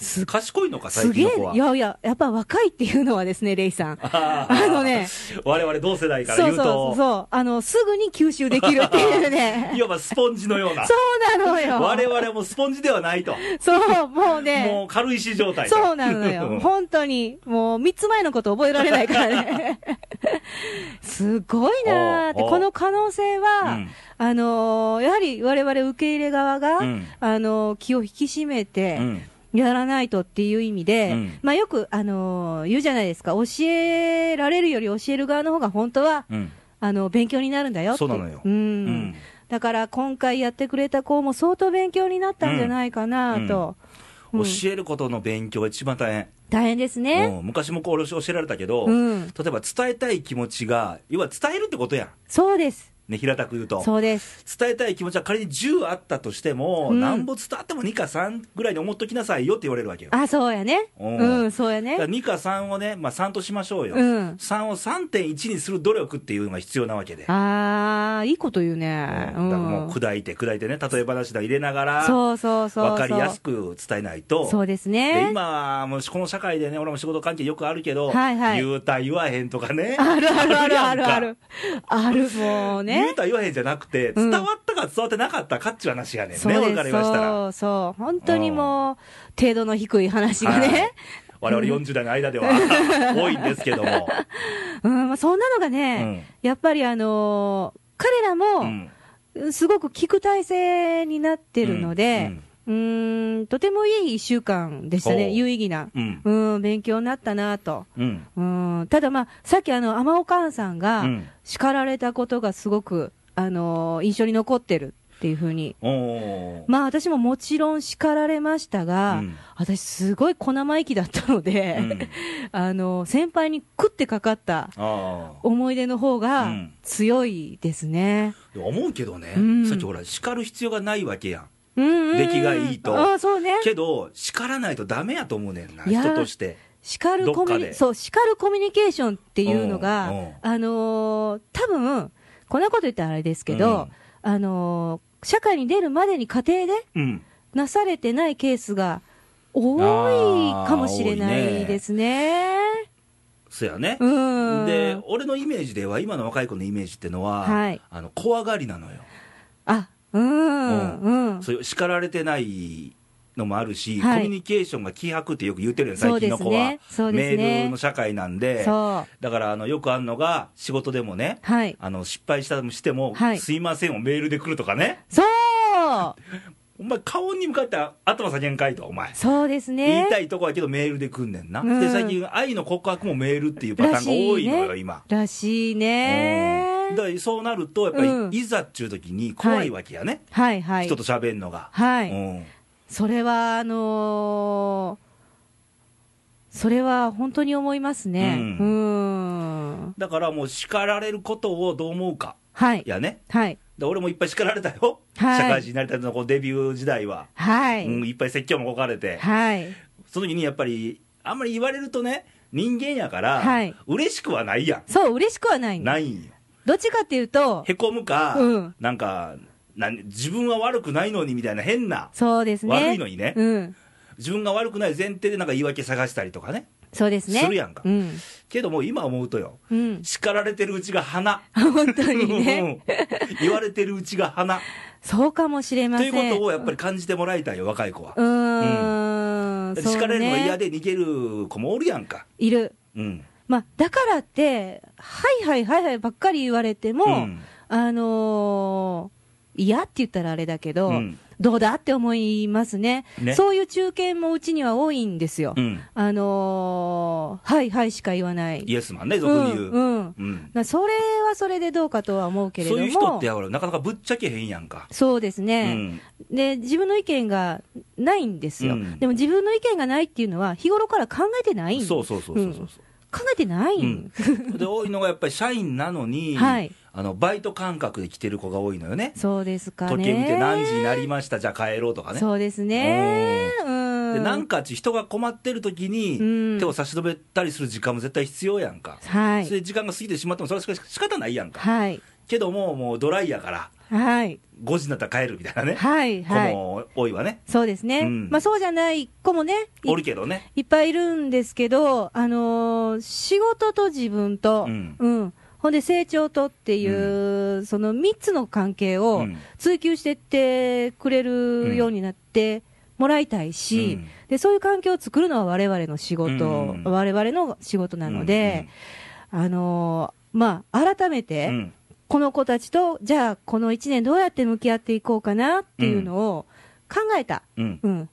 [SPEAKER 2] す
[SPEAKER 1] 賢いのか、最
[SPEAKER 2] すげ
[SPEAKER 1] 近の
[SPEAKER 2] え
[SPEAKER 1] 子は。
[SPEAKER 2] いやいや、やっぱ若いっていうのはですね、レイさん。
[SPEAKER 1] あ
[SPEAKER 2] あのね、
[SPEAKER 1] ー 我々同世代から
[SPEAKER 2] そ
[SPEAKER 1] 言
[SPEAKER 2] う
[SPEAKER 1] う
[SPEAKER 2] そう
[SPEAKER 1] と、
[SPEAKER 2] そう、あの、すぐに吸収できるっていう
[SPEAKER 1] い
[SPEAKER 2] ね。
[SPEAKER 1] わばスポンジの ような、
[SPEAKER 2] そうなのよ。
[SPEAKER 1] 我々もスポンジではないと、
[SPEAKER 2] そう、もう
[SPEAKER 1] もう
[SPEAKER 2] ね。
[SPEAKER 1] 軽石状態と
[SPEAKER 2] そうなの よ。本当に。もう、三つ前のこと覚えられないから ね。すごいなーって、
[SPEAKER 1] おうおう
[SPEAKER 2] この可能性は、
[SPEAKER 1] うん
[SPEAKER 2] あのーやはり我々受け入れ側が、
[SPEAKER 1] うん
[SPEAKER 2] あのー気を引き締めて、
[SPEAKER 1] うん
[SPEAKER 2] やらないとっていう意味で、
[SPEAKER 1] うん
[SPEAKER 2] まあよく、あのー言うじゃないですか、教えられるより教える側の方が本当は、
[SPEAKER 1] うん
[SPEAKER 2] あの、勉強になるんだよって。
[SPEAKER 1] そうなのよ
[SPEAKER 2] うん
[SPEAKER 1] ん
[SPEAKER 2] だから今回やってくれた子も相当勉強になったんじゃないかなと。うん
[SPEAKER 1] 教えることの勉強が一番大変、
[SPEAKER 2] 大変ですね。
[SPEAKER 1] うん昔もこう教えられたけど、
[SPEAKER 2] うん
[SPEAKER 1] 例えば伝えたい気持ちが、要は伝えるってことやん、
[SPEAKER 2] そうです。
[SPEAKER 1] ね、平たく言うと。
[SPEAKER 2] そうです。
[SPEAKER 1] 伝えたい気持ちは仮に10あったとしても、
[SPEAKER 2] うん
[SPEAKER 1] なんぼ伝わっても2か3ぐらいに思っときなさいよって言われるわけよ。
[SPEAKER 2] あ、そうやね。
[SPEAKER 1] お
[SPEAKER 2] う、
[SPEAKER 1] うん
[SPEAKER 2] そうや
[SPEAKER 1] だから
[SPEAKER 2] ね。
[SPEAKER 1] 2か3をね、まあ、3としましょうよ、
[SPEAKER 2] うん
[SPEAKER 1] 3を3.1にする努力っていうのが必要なわけで、
[SPEAKER 2] あー、いいこと言う
[SPEAKER 1] うん
[SPEAKER 2] ね。う。
[SPEAKER 1] だからもうん砕いて砕いてね、例え話など入れながら、
[SPEAKER 2] そうそうそうそう。
[SPEAKER 1] 分かりやすく伝えないと、
[SPEAKER 2] そうです
[SPEAKER 1] で
[SPEAKER 2] ね。
[SPEAKER 1] 今、もうこの社会でね、俺も仕事関係よくあるけど、
[SPEAKER 2] はいはい
[SPEAKER 1] 言うた言わへんとかね、
[SPEAKER 2] あるあるあるあるあ
[SPEAKER 1] やん
[SPEAKER 2] る
[SPEAKER 1] か。
[SPEAKER 2] ある、も
[SPEAKER 1] 言
[SPEAKER 2] うね
[SPEAKER 1] う。た言わへんじゃなくて、
[SPEAKER 2] うん
[SPEAKER 1] 伝わったか伝わってなかったかっちゅう話やねんね、
[SPEAKER 2] そうです
[SPEAKER 1] 分かりましたら。
[SPEAKER 2] そうそう。本当にもう、程度の低い話がね。
[SPEAKER 1] 我々40代の間 では多いんですけども、
[SPEAKER 2] うん、まあそんなのがね、やっぱりあのー彼ら
[SPEAKER 1] う
[SPEAKER 2] も、
[SPEAKER 1] ん
[SPEAKER 2] すごく聞く体制になってるので、うーん、とてもいい一週間でした
[SPEAKER 1] ほ
[SPEAKER 2] ね。
[SPEAKER 1] う
[SPEAKER 2] 有意義な。
[SPEAKER 1] うん
[SPEAKER 2] うん、勉強になったなと。
[SPEAKER 1] うん
[SPEAKER 2] うん、ただまあ、さっきあの、天おかんさん
[SPEAKER 1] う
[SPEAKER 2] が
[SPEAKER 1] ん、
[SPEAKER 2] 叱られたことがすごく、あのー印象に残ってるっていうふうに
[SPEAKER 1] おー
[SPEAKER 2] まあ私ももちろん叱られましたが、
[SPEAKER 1] うん
[SPEAKER 2] 私すごい小生意気だったので、
[SPEAKER 1] うん
[SPEAKER 2] あの、先輩に食ってかかった
[SPEAKER 1] あー
[SPEAKER 2] 思い出の方
[SPEAKER 1] う
[SPEAKER 2] が
[SPEAKER 1] ん
[SPEAKER 2] 強いですね。
[SPEAKER 1] でも思うけどね、
[SPEAKER 2] うん
[SPEAKER 1] さっきほら、叱る必要がないわけやん、
[SPEAKER 2] うんうんうん
[SPEAKER 1] 出来がいいと
[SPEAKER 2] ああそうね。
[SPEAKER 1] けど、叱らないとダメやと思うねんな、
[SPEAKER 2] いや
[SPEAKER 1] 人として。
[SPEAKER 2] 叱るコミ
[SPEAKER 1] どっか
[SPEAKER 2] ュニ、
[SPEAKER 1] で
[SPEAKER 2] そう、叱るコミュニケーションっていうのが、
[SPEAKER 1] うんうん
[SPEAKER 2] あのー多分、こんなこと言ったらあれですけど、あのー社会に出るまでに家庭で
[SPEAKER 1] うん、
[SPEAKER 2] なされてないケースが多いかもしれないですね
[SPEAKER 1] そやね、
[SPEAKER 2] うん
[SPEAKER 1] で俺のイメージでは、今の若い子のイメージってのは、
[SPEAKER 2] はい
[SPEAKER 1] あの怖がりなのよ、
[SPEAKER 2] あ、うん、
[SPEAKER 1] う
[SPEAKER 2] うん。
[SPEAKER 1] そういう叱られてないのもあるし、
[SPEAKER 2] はい
[SPEAKER 1] コミュニケーションが希薄ってよく言ってるよね、最近の子は、
[SPEAKER 2] そうですねそうで
[SPEAKER 1] メ
[SPEAKER 2] すね
[SPEAKER 1] ールの社会なんで、
[SPEAKER 2] そう。
[SPEAKER 1] だからあのよくあるのが、仕事でもね、
[SPEAKER 2] はい。
[SPEAKER 1] あの失敗したとしても、
[SPEAKER 2] はい
[SPEAKER 1] すいませんをメールで来るとかね、
[SPEAKER 2] そう
[SPEAKER 1] お前、顔に向かって頭下げんかいと、お前。
[SPEAKER 2] そうです
[SPEAKER 1] 言
[SPEAKER 2] ね
[SPEAKER 1] い。たいとこやけどメールで来んねんな、
[SPEAKER 2] うん
[SPEAKER 1] で最近愛の告白もメールっていうパターンが
[SPEAKER 2] らし
[SPEAKER 1] 多
[SPEAKER 2] い
[SPEAKER 1] いのよ
[SPEAKER 2] ね。
[SPEAKER 1] 今
[SPEAKER 2] らしい
[SPEAKER 1] う
[SPEAKER 2] ね
[SPEAKER 1] ん。だからそうなるとやっぱり、
[SPEAKER 2] うん
[SPEAKER 1] いざっちゅう時に怖いわけやね、
[SPEAKER 2] はいはい。
[SPEAKER 1] 人と喋んのが、
[SPEAKER 2] はい
[SPEAKER 1] うん
[SPEAKER 2] それは、あのーそれは本当に思いますね。う。
[SPEAKER 1] うんだからもう叱られることをどう思うか
[SPEAKER 2] はい。
[SPEAKER 1] やね
[SPEAKER 2] はい。
[SPEAKER 1] で俺もいっぱい叱られたよ、
[SPEAKER 2] はい
[SPEAKER 1] 社会人になりたいのこのデビュー時代は、
[SPEAKER 2] は
[SPEAKER 1] うん、
[SPEAKER 2] い。
[SPEAKER 1] いっぱい説教もこかれて、
[SPEAKER 2] はい。
[SPEAKER 1] その時にやっぱりあんまり言われるとね人間やから、
[SPEAKER 2] はい
[SPEAKER 1] 嬉しくはないやん
[SPEAKER 2] そう、嬉しくはないの
[SPEAKER 1] ないんよ
[SPEAKER 2] どっちかっていうと、
[SPEAKER 1] へこむか、
[SPEAKER 2] うん
[SPEAKER 1] なんかなん自分は悪くないのにみたいな変な
[SPEAKER 2] そうですね。
[SPEAKER 1] 悪いのにね
[SPEAKER 2] うん。
[SPEAKER 1] 自分が悪くない前提でなんか言い訳探したりとかね
[SPEAKER 2] そうですね。
[SPEAKER 1] するやんか
[SPEAKER 2] うん。
[SPEAKER 1] けども今思うとよ
[SPEAKER 2] うん。
[SPEAKER 1] 叱られてるうちが花
[SPEAKER 2] 本当にね。
[SPEAKER 1] うん言われてるうちが花
[SPEAKER 2] そうかもしれま
[SPEAKER 1] と
[SPEAKER 2] せ
[SPEAKER 1] い
[SPEAKER 2] ん。
[SPEAKER 1] うことをやっぱり感じてもらいたいよ若い子は
[SPEAKER 2] うーん、
[SPEAKER 1] だって
[SPEAKER 2] そうね
[SPEAKER 1] 叱られるのが嫌で逃げる子もおるやんか
[SPEAKER 2] いる。
[SPEAKER 1] うん
[SPEAKER 2] まあ、だからって、はいはいはいはいばっかり言われても、
[SPEAKER 1] うん
[SPEAKER 2] あのー嫌って言ったらあれだけど、
[SPEAKER 1] うん
[SPEAKER 2] どうだって思いますね
[SPEAKER 1] ね
[SPEAKER 2] そういう中堅もうちには多いんですよ。
[SPEAKER 1] うん
[SPEAKER 2] あのーはいはいしか言わない。
[SPEAKER 1] イエスマンね
[SPEAKER 2] う
[SPEAKER 1] 俗に言
[SPEAKER 2] ん、
[SPEAKER 1] う
[SPEAKER 2] うん。
[SPEAKER 1] うん
[SPEAKER 2] なそれはそれでどうかとは思うけれど
[SPEAKER 1] そ
[SPEAKER 2] も。
[SPEAKER 1] ういう人ってやっぱりなかなかぶっちゃけへんやんか
[SPEAKER 2] そうです
[SPEAKER 1] う
[SPEAKER 2] ね。
[SPEAKER 1] ん
[SPEAKER 2] で、自分の意見がないんですよ、
[SPEAKER 1] うん
[SPEAKER 2] でも自分の意見がないっていうのは、日頃から考えてない
[SPEAKER 1] そううそうそうそうそう
[SPEAKER 2] 考えてない、
[SPEAKER 1] うんで多いのがやっぱり社員なのに、
[SPEAKER 2] はい
[SPEAKER 1] あのバイト感覚で来てる子が多いのよね
[SPEAKER 2] そうですかね。
[SPEAKER 1] 時計見て何時になりましたじゃあ帰ろうとかね
[SPEAKER 2] そうですね。うん。
[SPEAKER 1] でなんかち人が困ってる時
[SPEAKER 2] う
[SPEAKER 1] に
[SPEAKER 2] ん
[SPEAKER 1] 手を差し伸べたりする時間も絶対必要やんか、
[SPEAKER 2] は
[SPEAKER 1] それ
[SPEAKER 2] い。
[SPEAKER 1] で時間が過ぎてしまってもそれはしか仕方ないやんか
[SPEAKER 2] はい。
[SPEAKER 1] けどももうドライやから
[SPEAKER 2] はい、
[SPEAKER 1] 5時になったら帰るみたいなね、
[SPEAKER 2] はい、はい、
[SPEAKER 1] この多いはね、
[SPEAKER 2] そうですね、
[SPEAKER 1] うん
[SPEAKER 2] まあ、そうじゃない子もね、い
[SPEAKER 1] おるけどね、
[SPEAKER 2] いっぱいいるんですけど、あのー仕事と自分と、
[SPEAKER 1] う
[SPEAKER 2] うんんほんで成長とっていう、その3つの関係
[SPEAKER 1] う
[SPEAKER 2] を
[SPEAKER 1] ん
[SPEAKER 2] 追求してってくれ
[SPEAKER 1] うん
[SPEAKER 2] るようになってもらいたいし、
[SPEAKER 1] うん
[SPEAKER 2] でそういう環境を作るのは我々の仕事、
[SPEAKER 1] うん
[SPEAKER 2] 我々の仕事なので、あのーまあ、改め
[SPEAKER 1] う
[SPEAKER 2] て、
[SPEAKER 1] んうん
[SPEAKER 2] この子たちと、じゃあ、この1年どうやって向き合っていこうかなっていうのを考えた。
[SPEAKER 1] うん
[SPEAKER 2] うん、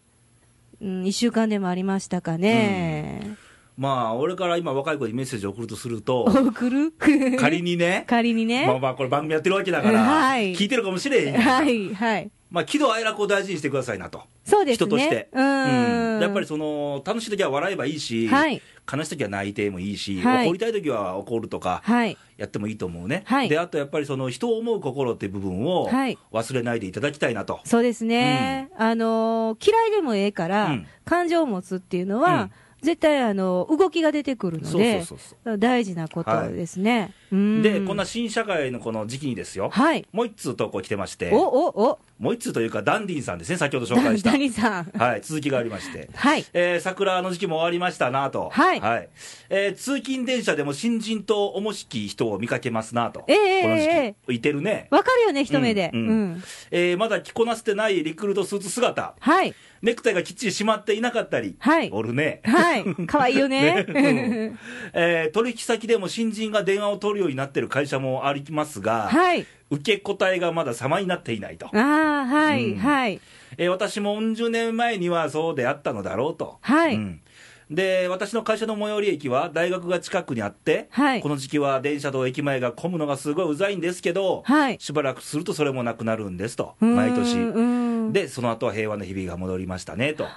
[SPEAKER 2] うん、1週間でもありましたかね、
[SPEAKER 1] まあ、俺から今、若い子にメッセージを送るとすると、
[SPEAKER 2] 送る
[SPEAKER 1] 仮にね、
[SPEAKER 2] 仮にね、
[SPEAKER 1] まあまあ、これ、番組やってるわけだから、
[SPEAKER 2] うんはい
[SPEAKER 1] 聞いてるかもしれへんやん、
[SPEAKER 2] はいはい
[SPEAKER 1] まあ、喜怒哀楽を大事にしてくださいなと、
[SPEAKER 2] そうですね
[SPEAKER 1] 人として、
[SPEAKER 2] うーん
[SPEAKER 1] うんやっぱりその楽しい時は笑えばいいし、
[SPEAKER 2] はい
[SPEAKER 1] 悲しい時は泣いてもいいし、
[SPEAKER 2] はい
[SPEAKER 1] 怒りたい時は怒るとか、
[SPEAKER 2] はい
[SPEAKER 1] やってもいいと思うね、
[SPEAKER 2] はい
[SPEAKER 1] であとやっぱりその人を思う心っていう部分を
[SPEAKER 2] はい
[SPEAKER 1] 忘れないでいただきたいなと、
[SPEAKER 2] そうですね、あのー嫌いでもええから、
[SPEAKER 1] うん
[SPEAKER 2] 感情を持つっていうの
[SPEAKER 1] う
[SPEAKER 2] は
[SPEAKER 1] ん、
[SPEAKER 2] 絶対あの動きが出てくるの
[SPEAKER 1] そうそう
[SPEAKER 2] で
[SPEAKER 1] そうそ
[SPEAKER 2] 大事なことですね、うん
[SPEAKER 1] でこんな新社会のこの時期にですよ、
[SPEAKER 2] はい
[SPEAKER 1] もう一通投稿来てまして
[SPEAKER 2] お、おお
[SPEAKER 1] もう一通というか、ダンディンさんですね、先ほど紹介した、
[SPEAKER 2] 谷さん
[SPEAKER 1] はい、続きがありまして。
[SPEAKER 2] はい
[SPEAKER 1] えー桜の時期も終わりましたなと、
[SPEAKER 2] はい
[SPEAKER 1] えー通勤電車でも新人と思しき人を見かけますなと、
[SPEAKER 2] ええ
[SPEAKER 1] この
[SPEAKER 2] え
[SPEAKER 1] 時期、いてるね、
[SPEAKER 2] わかるよね一目で、
[SPEAKER 1] う
[SPEAKER 2] うんん
[SPEAKER 1] うんえーまだ着こなせてないリクルートスーツ姿、
[SPEAKER 2] はい
[SPEAKER 1] ネクタイがきっちり締まっていなかったり、
[SPEAKER 2] はい
[SPEAKER 1] おるね、
[SPEAKER 2] はい可愛いよ
[SPEAKER 1] ね
[SPEAKER 2] ね
[SPEAKER 1] えー取引先でも新人が電話を取るようになってる会社もありますが、
[SPEAKER 2] はい
[SPEAKER 1] 受け答えがまだ様になっていないと、
[SPEAKER 2] ああ、はい、
[SPEAKER 1] うん
[SPEAKER 2] はい、
[SPEAKER 1] えー私も40年前にはそうであったのだろうと、
[SPEAKER 2] はい
[SPEAKER 1] うんで私の会社の最寄り駅は大学が近くにあって、
[SPEAKER 2] はい
[SPEAKER 1] この時期は電車と駅前が混むのがすごいうざいんですけど、
[SPEAKER 2] はい。
[SPEAKER 1] しばらくするとそれもなくなるんですと、
[SPEAKER 2] うーん
[SPEAKER 1] 毎年。
[SPEAKER 2] うーん
[SPEAKER 1] で、その後は平和の日々が戻りましたねと。
[SPEAKER 2] は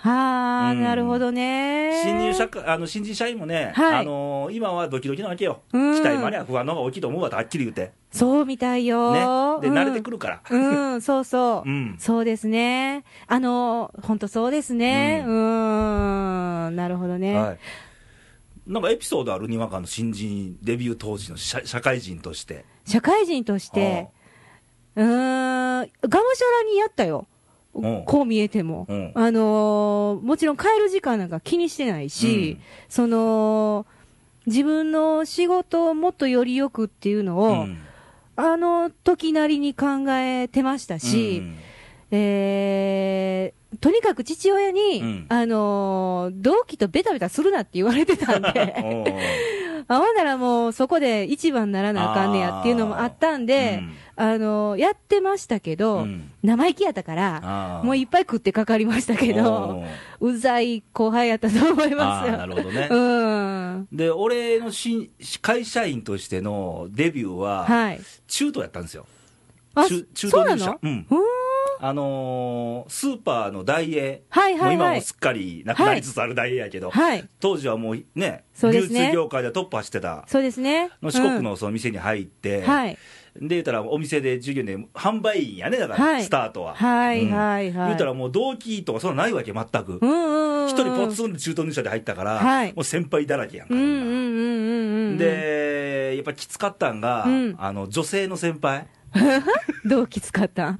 [SPEAKER 2] あ、
[SPEAKER 1] うん
[SPEAKER 2] なるほどね。
[SPEAKER 1] 新入社会あの新人社員もね、
[SPEAKER 2] はい
[SPEAKER 1] あのー今はドキドキなわけよ、
[SPEAKER 2] うん
[SPEAKER 1] 期待もありゃ不安の方が大きいと思うわとはっきり言って、ね、
[SPEAKER 2] そうみたいよ。
[SPEAKER 1] で、
[SPEAKER 2] うん
[SPEAKER 1] 慣れてくるから、
[SPEAKER 2] うん、そうそう。
[SPEAKER 1] うん
[SPEAKER 2] そうですね。あの、本当そうですね。
[SPEAKER 1] う
[SPEAKER 2] うーん、なるほどね。
[SPEAKER 1] はい、なんかエピソードある、にわかの新人、デビュー当時の社社会人として、
[SPEAKER 2] 社会人として、うーん、がむしゃらにやったよ。
[SPEAKER 1] うん
[SPEAKER 2] こう見えても。
[SPEAKER 1] うん
[SPEAKER 2] あのーもちろん帰る時間なんか気にしてないし、
[SPEAKER 1] うん
[SPEAKER 2] その、自分の仕事をもっとよりよくっていうの
[SPEAKER 1] う
[SPEAKER 2] を、
[SPEAKER 1] ん
[SPEAKER 2] あの時なりに考えてましたし、えーとにかく父親に、
[SPEAKER 1] うん
[SPEAKER 2] あのー同期とベタベタするなって言われてたん
[SPEAKER 1] うん
[SPEAKER 2] で、
[SPEAKER 1] おう
[SPEAKER 2] あわならもうそこで一番ならなあかんねやっていうのもあったんで、あのやってましたけ
[SPEAKER 1] う
[SPEAKER 2] ど、
[SPEAKER 1] ん
[SPEAKER 2] 生意気やったから、
[SPEAKER 1] あー
[SPEAKER 2] もういっぱい食ってかかりましたけ
[SPEAKER 1] お
[SPEAKER 2] ど、
[SPEAKER 1] う
[SPEAKER 2] うざい後輩やったと思いま
[SPEAKER 1] あ
[SPEAKER 2] す
[SPEAKER 1] ー
[SPEAKER 2] よ。
[SPEAKER 1] なるほどね。
[SPEAKER 2] うん。
[SPEAKER 1] で俺の新会社員としてのデビューは、
[SPEAKER 2] はい。
[SPEAKER 1] 中途やったんですよ、
[SPEAKER 2] あ、
[SPEAKER 1] 中中
[SPEAKER 2] そう
[SPEAKER 1] 途
[SPEAKER 2] な
[SPEAKER 1] 入
[SPEAKER 2] の
[SPEAKER 1] 社、うん
[SPEAKER 2] うーん
[SPEAKER 1] あのースーパーのダイエー、
[SPEAKER 2] はいはい
[SPEAKER 1] もう今
[SPEAKER 2] は
[SPEAKER 1] も
[SPEAKER 2] い。
[SPEAKER 1] すっかりなくなりつつあるダイエーやけど、
[SPEAKER 2] はい。
[SPEAKER 1] 当時はもうね、
[SPEAKER 2] そうで
[SPEAKER 1] 流
[SPEAKER 2] すね
[SPEAKER 1] 通業界ではトップ走ってた。
[SPEAKER 2] そうですね。
[SPEAKER 1] の四国
[SPEAKER 2] うん
[SPEAKER 1] のその店に入って、
[SPEAKER 2] はい。
[SPEAKER 1] で言ったらお店で従業員で販売員やねだから、
[SPEAKER 2] はい
[SPEAKER 1] スタートは、
[SPEAKER 2] はい
[SPEAKER 1] うん
[SPEAKER 2] はいはい
[SPEAKER 1] 言ったらもう同期とかそんなないわけ全く
[SPEAKER 2] うんうんうん。
[SPEAKER 1] 一、人ポツンと中途入社で入ったから、
[SPEAKER 2] はい
[SPEAKER 1] もう先輩だらけやんか、
[SPEAKER 2] うんう
[SPEAKER 1] み
[SPEAKER 2] ん
[SPEAKER 1] な
[SPEAKER 2] うんうんうん。、
[SPEAKER 1] でやっぱきつかったんが、
[SPEAKER 2] うん
[SPEAKER 1] あの女性の先輩
[SPEAKER 2] 同期使ったん。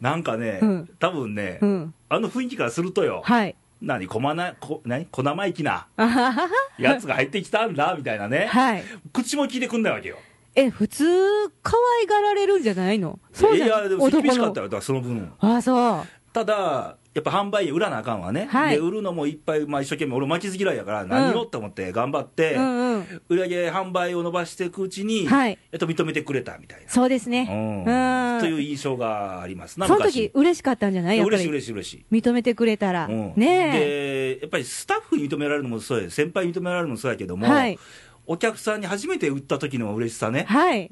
[SPEAKER 1] なんかね、
[SPEAKER 2] うん
[SPEAKER 1] 多分ね、
[SPEAKER 2] うん。
[SPEAKER 1] あの雰囲気からするとよ、
[SPEAKER 2] はい。
[SPEAKER 1] 何こまなこ何小生意気な
[SPEAKER 2] あはは
[SPEAKER 1] やつが入ってきたんだみたいなね、
[SPEAKER 2] はい。
[SPEAKER 1] 口も聞いてくんないわけよ
[SPEAKER 2] え、普通、可愛がられるんじゃないのそ
[SPEAKER 1] い
[SPEAKER 2] うじゃん
[SPEAKER 1] やでも厳しかった
[SPEAKER 2] 男
[SPEAKER 1] よだからその分
[SPEAKER 2] のあ、そう。
[SPEAKER 1] ただやっぱ販売員売らなあかんわね、
[SPEAKER 2] はい
[SPEAKER 1] で売るのもいっぱい、まあ、一生懸命俺巻きず嫌いやから何をと思って頑張って、
[SPEAKER 2] うんうん。
[SPEAKER 1] 売り上げ販売を伸ばしていくうちに、
[SPEAKER 2] はい
[SPEAKER 1] えっと、認めてくれたみたいな、
[SPEAKER 2] そうですね。
[SPEAKER 1] うん
[SPEAKER 2] うん
[SPEAKER 1] という印象がありますな
[SPEAKER 2] その時
[SPEAKER 1] 昔、
[SPEAKER 2] 嬉しかったんじゃない
[SPEAKER 1] いや
[SPEAKER 2] やっぱ
[SPEAKER 1] 嬉しい
[SPEAKER 2] り。
[SPEAKER 1] 嬉しい嬉しい、
[SPEAKER 2] 認めてくれたら。
[SPEAKER 1] うん
[SPEAKER 2] ねえ。
[SPEAKER 1] でやっぱりスタッフに認められるのもそうや先輩に認められるのもそうやけども、
[SPEAKER 2] はい。
[SPEAKER 1] お客さんに初めて売った時の嬉しさね
[SPEAKER 2] はい。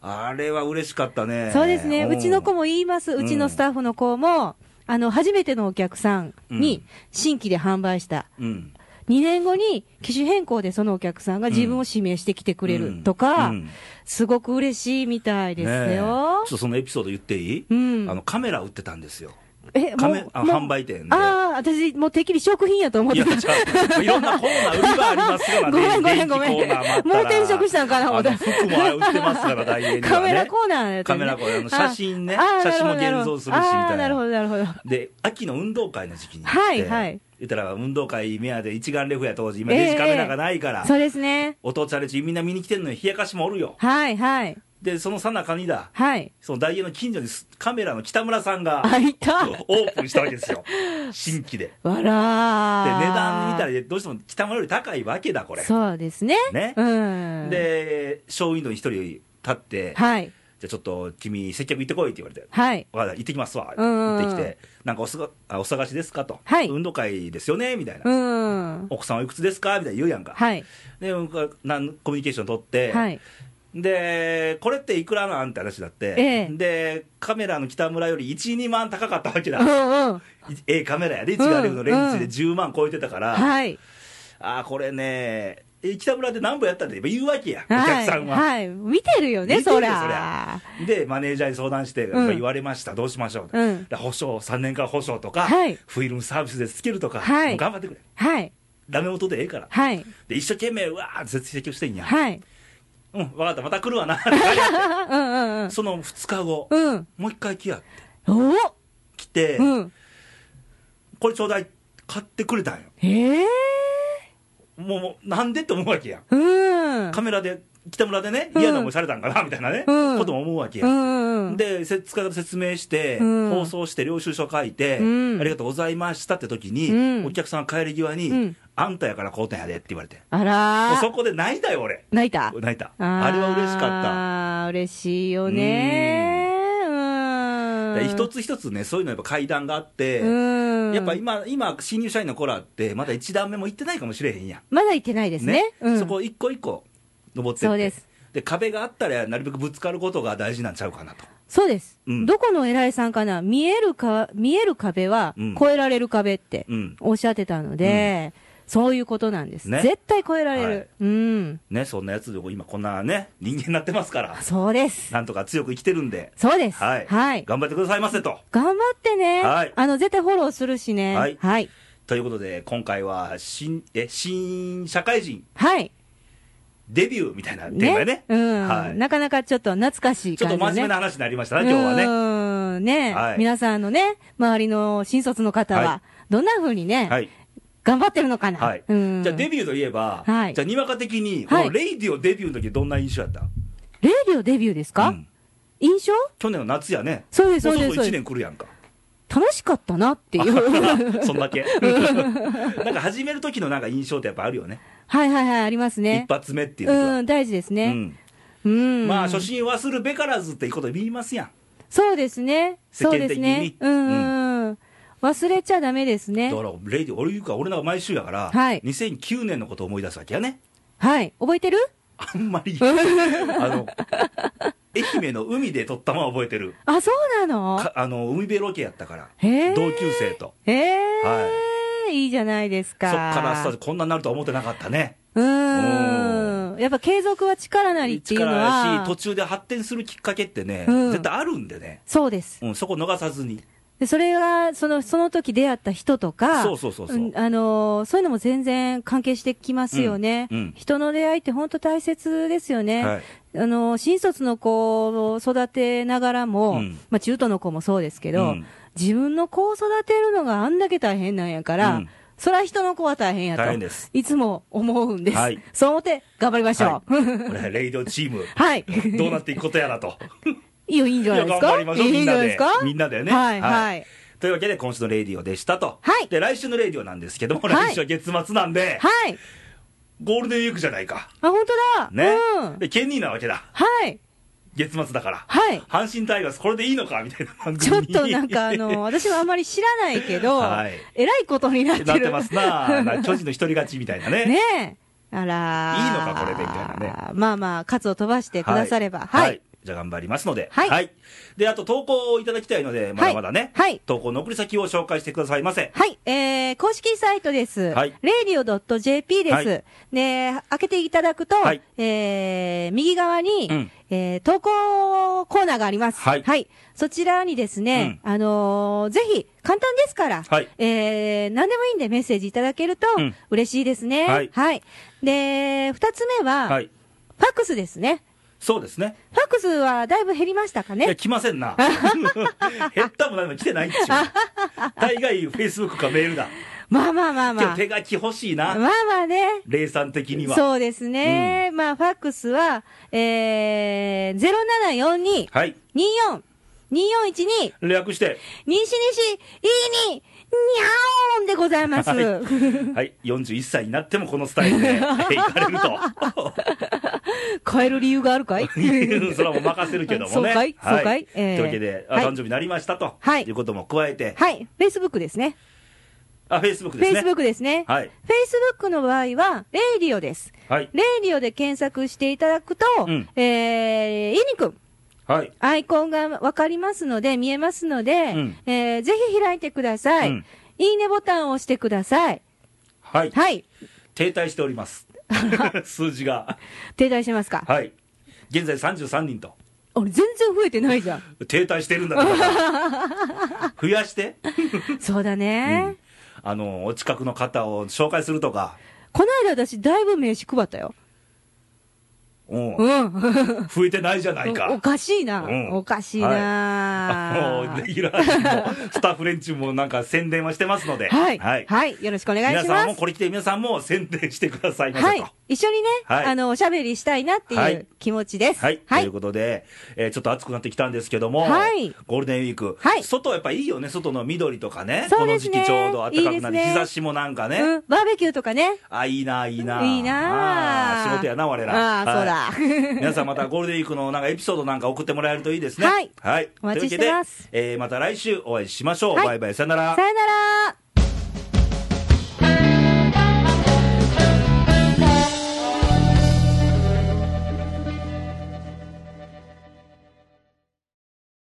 [SPEAKER 1] あれは嬉しかったね
[SPEAKER 2] そうですね、
[SPEAKER 1] ん
[SPEAKER 2] うちの子も言います、うちのスタッフの子も、あの初めてのお客さん
[SPEAKER 1] うん
[SPEAKER 2] に新規で販売した、
[SPEAKER 1] うん
[SPEAKER 2] 2年後に機種変更でそのお客さんが自分を指名してきてくれるとか、
[SPEAKER 1] うんうん
[SPEAKER 2] すごく嬉しいみたいです
[SPEAKER 1] ねえちょ
[SPEAKER 2] よ
[SPEAKER 1] っ。とそのエピソード言っていい、
[SPEAKER 2] うん
[SPEAKER 1] あのカメラ売ってたんですよ
[SPEAKER 2] え、
[SPEAKER 1] 仮
[SPEAKER 2] も
[SPEAKER 1] 面
[SPEAKER 2] う。
[SPEAKER 1] あ
[SPEAKER 2] もう
[SPEAKER 1] 販売店で
[SPEAKER 2] ああ、私、もうてっきり食品やと思
[SPEAKER 1] い
[SPEAKER 2] って
[SPEAKER 1] や、
[SPEAKER 2] た。
[SPEAKER 1] じゃあいろんなコーナー、売り場ありますからね。
[SPEAKER 2] ごめんごめんごめん
[SPEAKER 1] 電気コーナーもあったら
[SPEAKER 2] もう転職したのかな思
[SPEAKER 1] あ
[SPEAKER 2] った
[SPEAKER 1] の服も売ってますから、大変に
[SPEAKER 2] カ
[SPEAKER 1] は
[SPEAKER 2] メラ
[SPEAKER 1] ね。
[SPEAKER 2] コーナーやった
[SPEAKER 1] カ
[SPEAKER 2] よね
[SPEAKER 1] メラコーナーの
[SPEAKER 2] あ
[SPEAKER 1] 写真ね、
[SPEAKER 2] あー
[SPEAKER 1] 写真も
[SPEAKER 2] なる
[SPEAKER 1] 現
[SPEAKER 2] ほど
[SPEAKER 1] 像するし、み
[SPEAKER 2] あ
[SPEAKER 1] た
[SPEAKER 2] ー
[SPEAKER 1] い
[SPEAKER 2] なるほ
[SPEAKER 1] な。
[SPEAKER 2] ど、なるほど。
[SPEAKER 1] で、秋の運動会の時期に行って、
[SPEAKER 2] はいはい
[SPEAKER 1] 言ったら、運動会目当て一眼レフや当時、今
[SPEAKER 2] ええ
[SPEAKER 1] デジカメラがないから、
[SPEAKER 2] そうですね。
[SPEAKER 1] お父ちゃんたちみんな見に来てんのに冷やかしもおるよ。
[SPEAKER 2] はいはい。
[SPEAKER 1] で、そのさなかにだ、
[SPEAKER 2] はい。
[SPEAKER 1] そのダイエーの近所にすカメラの北村さんが
[SPEAKER 2] あ、いた。
[SPEAKER 1] オープンしたわけです よ。新規で。で、
[SPEAKER 2] わら
[SPEAKER 1] 値
[SPEAKER 2] ー。
[SPEAKER 1] 段見たら、どうしても北村より高いわけだ、これ。
[SPEAKER 2] そうですね。
[SPEAKER 1] ね。
[SPEAKER 2] うん。、
[SPEAKER 1] で、ショーウィンドウに一人立って、じゃ
[SPEAKER 2] はい。
[SPEAKER 1] あちょっと君、接客行ってこいって言われて、
[SPEAKER 2] はい。
[SPEAKER 1] わかった行ってきますわ、
[SPEAKER 2] うんうん
[SPEAKER 1] 行
[SPEAKER 2] う
[SPEAKER 1] っ
[SPEAKER 2] ん
[SPEAKER 1] てきて、なんかおすがあお探しですかと、
[SPEAKER 2] はい
[SPEAKER 1] 運動会ですよねみたいな、
[SPEAKER 2] うん。
[SPEAKER 1] お子さんはいくつですかみたいな言うやんか、
[SPEAKER 2] はい。
[SPEAKER 1] で僕はなんコミュニケーション取って、
[SPEAKER 2] はい。
[SPEAKER 1] で、これっていくらなんて話だって、
[SPEAKER 2] ええ
[SPEAKER 1] で、カメラの北村より1、2万高かったわけだ
[SPEAKER 2] う、んうん。
[SPEAKER 1] いええカメラやで、一眼レフのレンズで10万超えてたから、
[SPEAKER 2] はい。
[SPEAKER 1] あーこれね、え北村で何本やったって言うわけや、お
[SPEAKER 2] はい
[SPEAKER 1] 客さんは。
[SPEAKER 2] はい。見てるよね、
[SPEAKER 1] 見てるよ
[SPEAKER 2] そら。
[SPEAKER 1] で、マネージャーに相談して、
[SPEAKER 2] うん
[SPEAKER 1] 言われました、どうしましょうと、
[SPEAKER 2] うん
[SPEAKER 1] で保証、3年間保証とか、
[SPEAKER 2] はい
[SPEAKER 1] フィルムサービスでつけるとか、
[SPEAKER 2] はい
[SPEAKER 1] もう頑張ってくれ、
[SPEAKER 2] はい。
[SPEAKER 1] ダメ元でええから、
[SPEAKER 2] はい。
[SPEAKER 1] で一生懸命、うわーって説明してんや、
[SPEAKER 2] はい。
[SPEAKER 1] うん、分かった、また来るわな、って
[SPEAKER 2] うんうんう ん。
[SPEAKER 1] その2日後、
[SPEAKER 2] うん。
[SPEAKER 1] もう一回来や、
[SPEAKER 2] お
[SPEAKER 1] 来て、
[SPEAKER 2] うん。
[SPEAKER 1] これちょうだい、買ってくれたんよ、
[SPEAKER 2] ええ
[SPEAKER 1] もうもう、なんでって思うわけやん、
[SPEAKER 2] うん。
[SPEAKER 1] カメラで、北村でね、嫌な思いされたんかな、みたいなね、
[SPEAKER 2] うん
[SPEAKER 1] ことも思うわけや
[SPEAKER 2] う。んうん。
[SPEAKER 1] で、せ使い方説明して、
[SPEAKER 2] うん
[SPEAKER 1] 放送して、領収書書いて、
[SPEAKER 2] うん
[SPEAKER 1] ありがとうございましたって時に、
[SPEAKER 2] うん
[SPEAKER 1] お客さんが帰り際に、
[SPEAKER 2] うん
[SPEAKER 1] あんたやから買うたんやでって言われて、
[SPEAKER 2] あ
[SPEAKER 1] もう
[SPEAKER 2] ら
[SPEAKER 1] そ
[SPEAKER 2] ー。
[SPEAKER 1] こで泣いたよ、俺、
[SPEAKER 2] 泣いた
[SPEAKER 1] 泣いた、
[SPEAKER 2] ー
[SPEAKER 1] あれは嬉しかっ
[SPEAKER 2] 嬉しいよね
[SPEAKER 1] た、
[SPEAKER 2] ー。うん。
[SPEAKER 1] 一つ一つね、そういうのやっぱ階段があって、
[SPEAKER 2] うん。
[SPEAKER 1] やっぱ今、今新入社員の子らって、まだ一段目も行ってないかもしれへんやん、
[SPEAKER 2] まだ行ってないですね。うん、
[SPEAKER 1] そこ一個一個登ってって
[SPEAKER 2] そうです
[SPEAKER 1] で壁があったら、なるべくぶつかることが大事なんちゃうかなと。
[SPEAKER 2] そうです、
[SPEAKER 1] うん
[SPEAKER 2] どこの偉いさんかな、見えるか、見える壁は
[SPEAKER 1] うん
[SPEAKER 2] 越えられる壁って
[SPEAKER 1] うん
[SPEAKER 2] おっしゃってたので、そういうことなんです。
[SPEAKER 1] ね
[SPEAKER 2] 絶対越えられる。
[SPEAKER 1] はい
[SPEAKER 2] うん。
[SPEAKER 1] ね、そんなやつで今こんなね、人間になってますから、
[SPEAKER 2] そうです。
[SPEAKER 1] なんとか強く生きてるんで、
[SPEAKER 2] そうです。
[SPEAKER 1] はい、
[SPEAKER 2] はい。
[SPEAKER 1] 頑張ってくださいませと。
[SPEAKER 2] 頑張ってね。
[SPEAKER 1] はい
[SPEAKER 2] あの、絶対フォローするしね。
[SPEAKER 1] はい
[SPEAKER 2] はい。
[SPEAKER 1] ということで、今回は新え新社会人
[SPEAKER 2] はい
[SPEAKER 1] デビューみたいなテーマでね、
[SPEAKER 2] うん、
[SPEAKER 1] はい
[SPEAKER 2] なかなかちょっと懐かしい
[SPEAKER 1] ちょっ
[SPEAKER 2] 感じ、
[SPEAKER 1] と
[SPEAKER 2] ね。
[SPEAKER 1] 真面目な話になりましたね、今日はね。
[SPEAKER 2] はね。ね、
[SPEAKER 1] はい
[SPEAKER 2] 皆さんのね、周りの新卒の方は、
[SPEAKER 1] は
[SPEAKER 2] どんな風にね、
[SPEAKER 1] はい
[SPEAKER 2] 頑張ってるのかな。
[SPEAKER 1] はい
[SPEAKER 2] うん
[SPEAKER 1] じゃあ、デビューといえば、
[SPEAKER 2] はい
[SPEAKER 1] じゃあ、にわか的に、
[SPEAKER 2] はい
[SPEAKER 1] このレイディオデビューの時どんな印象やった
[SPEAKER 2] レディオデビューですか、
[SPEAKER 1] うん
[SPEAKER 2] 印象
[SPEAKER 1] 去年の夏やね、
[SPEAKER 2] そうです、そうで
[SPEAKER 1] もう
[SPEAKER 2] す。そう
[SPEAKER 1] 1
[SPEAKER 2] です
[SPEAKER 1] 年来るやんか、
[SPEAKER 2] 楽しかったなっていう。
[SPEAKER 1] そんだけ。なんか始める時のなんか印象ってやっぱあるよね、
[SPEAKER 2] はいはいはい、ありますね
[SPEAKER 1] 一。発目っていう時は。
[SPEAKER 2] うん、大事です
[SPEAKER 1] う
[SPEAKER 2] ね。
[SPEAKER 1] ん
[SPEAKER 2] うん。
[SPEAKER 1] まあ、初心忘るべからずっていうこと言いますやん、
[SPEAKER 2] そうですね。
[SPEAKER 1] 世
[SPEAKER 2] そう
[SPEAKER 1] 間
[SPEAKER 2] で
[SPEAKER 1] 的
[SPEAKER 2] す
[SPEAKER 1] に
[SPEAKER 2] ね。うんうん、うん。忘れちゃダメです
[SPEAKER 1] だ
[SPEAKER 2] ね
[SPEAKER 1] か。ら、レイディオ、俺いうか、俺なんか毎週やから、
[SPEAKER 2] はい
[SPEAKER 1] 2009年のことを思い出すわけやね。
[SPEAKER 2] はい。覚えてる
[SPEAKER 1] あん まり、あの、愛媛の海で撮ったまま覚えてる。
[SPEAKER 2] あ、そうなの
[SPEAKER 1] かあの、海辺ロケやったから、
[SPEAKER 2] へー
[SPEAKER 1] 同級生と。
[SPEAKER 2] ええい、いじゃないです
[SPEAKER 1] そ
[SPEAKER 2] か。
[SPEAKER 1] っからスタート、こんなになるとは思ってなかったね。
[SPEAKER 2] うーん。やっぱ継続は力なりっていうの
[SPEAKER 1] 力や
[SPEAKER 2] は
[SPEAKER 1] し、途、中で発展するきっかけってね、
[SPEAKER 2] うん
[SPEAKER 1] 絶対あるんでね。
[SPEAKER 2] そうです。
[SPEAKER 1] うん、そこ逃さずに。
[SPEAKER 2] でそれが、その、その時出会った人とか、
[SPEAKER 1] そうそうそうそうん
[SPEAKER 2] あのーそういうのも全然関係してきますよね。
[SPEAKER 1] うんうん
[SPEAKER 2] 人の出会いって本当大切ですよね。
[SPEAKER 1] はい
[SPEAKER 2] あのー新卒の子を育てながらも、
[SPEAKER 1] うん
[SPEAKER 2] まあ中途の子もそうですけど、
[SPEAKER 1] うん
[SPEAKER 2] 自分の子を育てるのがあんだけ大変なんやから、
[SPEAKER 1] うん
[SPEAKER 2] そりゃ人の子は大変やと。
[SPEAKER 1] 大変です
[SPEAKER 2] いつも思うんです。
[SPEAKER 1] はい
[SPEAKER 2] そう思って頑張りましょ
[SPEAKER 1] は
[SPEAKER 2] う。
[SPEAKER 1] い、これ、レイディオチーム、
[SPEAKER 2] はい。
[SPEAKER 1] どうなっていくことやら と。
[SPEAKER 2] いいよ、いいんじゃないです
[SPEAKER 1] いや
[SPEAKER 2] か。
[SPEAKER 1] 頑張りましょう
[SPEAKER 2] いいんじゃないですか。
[SPEAKER 1] みんなでみんなでね
[SPEAKER 2] はい、
[SPEAKER 1] は
[SPEAKER 2] はいい。
[SPEAKER 1] というわけで、今週のレイディオでしたと。
[SPEAKER 2] はい
[SPEAKER 1] で、来週のレイディオなんですけども、
[SPEAKER 2] はい
[SPEAKER 1] 来週は月末なんで、
[SPEAKER 2] はい。
[SPEAKER 1] ゴールデンウィークじゃないか。
[SPEAKER 2] あ、本当だ。
[SPEAKER 1] ね。
[SPEAKER 2] うん。
[SPEAKER 1] で、ケニーなわけだ。
[SPEAKER 2] はい。
[SPEAKER 1] 月末だから。
[SPEAKER 2] はい。
[SPEAKER 1] 阪神タイガース、これでいいのかみたいな番組
[SPEAKER 2] ちょっ
[SPEAKER 1] に
[SPEAKER 2] となんかあの、私はあんまり知らないけど、
[SPEAKER 1] はい
[SPEAKER 2] えらいことになって る。
[SPEAKER 1] なってますな、な巨人の一人勝ちみたいなね。
[SPEAKER 2] ねえ。あらー
[SPEAKER 1] いいのかこれでみたいなね
[SPEAKER 2] まあまあ、カツを飛ばしてくだされば。はい。
[SPEAKER 1] はいじゃあ頑張りますので。
[SPEAKER 2] はい
[SPEAKER 1] で、あと投稿をいただきたいので、まだまだね、
[SPEAKER 2] はいはい
[SPEAKER 1] 投稿の送り先を紹介してくださいませ。
[SPEAKER 2] はい、えー、公式サイトです。
[SPEAKER 1] はい
[SPEAKER 2] レディオ .jp です。
[SPEAKER 1] はい
[SPEAKER 2] ね、開けていただくと、
[SPEAKER 1] はい
[SPEAKER 2] えー、右側に、
[SPEAKER 1] うん
[SPEAKER 2] えー、投稿コーナーがあります。
[SPEAKER 1] はい
[SPEAKER 2] そちらにですね、あのーぜひ、簡単ですから、
[SPEAKER 1] はい
[SPEAKER 2] えー、何でもいいんでメッセージいただけると
[SPEAKER 1] うん
[SPEAKER 2] 嬉しいですね。
[SPEAKER 1] はい
[SPEAKER 2] で、二つ目は、
[SPEAKER 1] はい。
[SPEAKER 2] ファックスですね。
[SPEAKER 1] そうですね。
[SPEAKER 2] ファックスはだいぶ減りましたか
[SPEAKER 1] いや、
[SPEAKER 2] ね。
[SPEAKER 1] 来ません な。減ったも何も来てないんですよ。大概、フェイスブックかメールだ。
[SPEAKER 2] まあま あまあま
[SPEAKER 1] 今
[SPEAKER 2] あ
[SPEAKER 1] 日。手書き欲しい
[SPEAKER 2] まあ
[SPEAKER 1] な。
[SPEAKER 2] まあね。
[SPEAKER 1] 霊さん的には。
[SPEAKER 2] そうですね。まあ、ファックスは、えー、0742、
[SPEAKER 1] はい。
[SPEAKER 2] 24、2412、
[SPEAKER 1] 略して、
[SPEAKER 2] 西西、いいに、にゃおんでございます。
[SPEAKER 1] は
[SPEAKER 2] はいい。
[SPEAKER 1] はい、41歳になってもこのスタイルではい行かれる と。
[SPEAKER 2] 変える理由があるかい
[SPEAKER 1] それはもう任せるけどもね。
[SPEAKER 2] そうかい
[SPEAKER 1] は
[SPEAKER 2] そうかい
[SPEAKER 1] と
[SPEAKER 2] え
[SPEAKER 1] い
[SPEAKER 2] ー
[SPEAKER 1] うわけで、あ
[SPEAKER 2] はい
[SPEAKER 1] 誕生日になりましたと。
[SPEAKER 2] はい
[SPEAKER 1] いうことも加えて、
[SPEAKER 2] はい。Facebook ですね。
[SPEAKER 1] あ、フェイスブックですね。
[SPEAKER 2] Facebook ですね。
[SPEAKER 1] はい。
[SPEAKER 2] Facebook の場合は、レイディオです。
[SPEAKER 1] はい。
[SPEAKER 2] レイディオで検索していただくと、
[SPEAKER 1] うん
[SPEAKER 2] えー、いいにくん。
[SPEAKER 1] はい。
[SPEAKER 2] アイコンがわかりますので、見えますので、
[SPEAKER 1] うん
[SPEAKER 2] えーぜひ開いてください、
[SPEAKER 1] うん
[SPEAKER 2] いいねボタンを押してください。
[SPEAKER 1] はい。
[SPEAKER 2] はい。
[SPEAKER 1] 停滞しており ます。数字が。
[SPEAKER 2] 停滞してますか、
[SPEAKER 1] はい。現在33人と。
[SPEAKER 2] 俺全然増えてないじ ゃん。
[SPEAKER 1] 停滞してるんだ から。増やして。
[SPEAKER 2] そうだね、
[SPEAKER 1] うんあの、お近くの方を紹介するとか。
[SPEAKER 2] この間私だいぶ名刺配ったよ。
[SPEAKER 1] うん
[SPEAKER 2] うん。
[SPEAKER 1] 増えてないじゃない
[SPEAKER 2] おお
[SPEAKER 1] か。
[SPEAKER 2] かしいな、
[SPEAKER 1] うん
[SPEAKER 2] おかしいな、
[SPEAKER 1] もう、レギュラー陣も、スタッフ連中もなんか宣伝はしてますので。
[SPEAKER 2] はい、はい。よろしくお願い
[SPEAKER 1] 皆
[SPEAKER 2] し
[SPEAKER 1] さ
[SPEAKER 2] ま
[SPEAKER 1] んも、
[SPEAKER 2] す。
[SPEAKER 1] これ来て皆さんも宣伝してくださいま
[SPEAKER 2] は
[SPEAKER 1] せ
[SPEAKER 2] い
[SPEAKER 1] と。。
[SPEAKER 2] 一緒にね、
[SPEAKER 1] はい
[SPEAKER 2] あの、おしゃべりしたいなって
[SPEAKER 1] はいいう
[SPEAKER 2] 気持ちです。
[SPEAKER 1] はい、
[SPEAKER 2] は
[SPEAKER 1] という
[SPEAKER 2] い。
[SPEAKER 1] ことで、えーちょっと暑くなってきたんですけども、
[SPEAKER 2] はい
[SPEAKER 1] ゴールデンウィーク、
[SPEAKER 2] はい
[SPEAKER 1] 外、やっぱいいよね、外の緑とかね、
[SPEAKER 2] そ
[SPEAKER 1] こ
[SPEAKER 2] う
[SPEAKER 1] の
[SPEAKER 2] です
[SPEAKER 1] 時
[SPEAKER 2] ね
[SPEAKER 1] 期ちょうど暖かくなって、
[SPEAKER 2] いいですね
[SPEAKER 1] 日差しもなんかね、
[SPEAKER 2] うん、バーベキューとかね。
[SPEAKER 1] あ、いいな、いいな、
[SPEAKER 2] いいな
[SPEAKER 1] あー仕事やな、我ら、
[SPEAKER 2] ああ、そう
[SPEAKER 1] はい
[SPEAKER 2] だ。
[SPEAKER 1] 皆さん、またゴールデンウィークのなんかエピソードなんか送ってもらえるといいですね。
[SPEAKER 2] はい
[SPEAKER 1] はい、
[SPEAKER 2] お待ちしてます
[SPEAKER 1] というわけでえーまた来週お会いしましょう。
[SPEAKER 2] はい
[SPEAKER 1] バイバイ、さよなら。
[SPEAKER 2] さよなら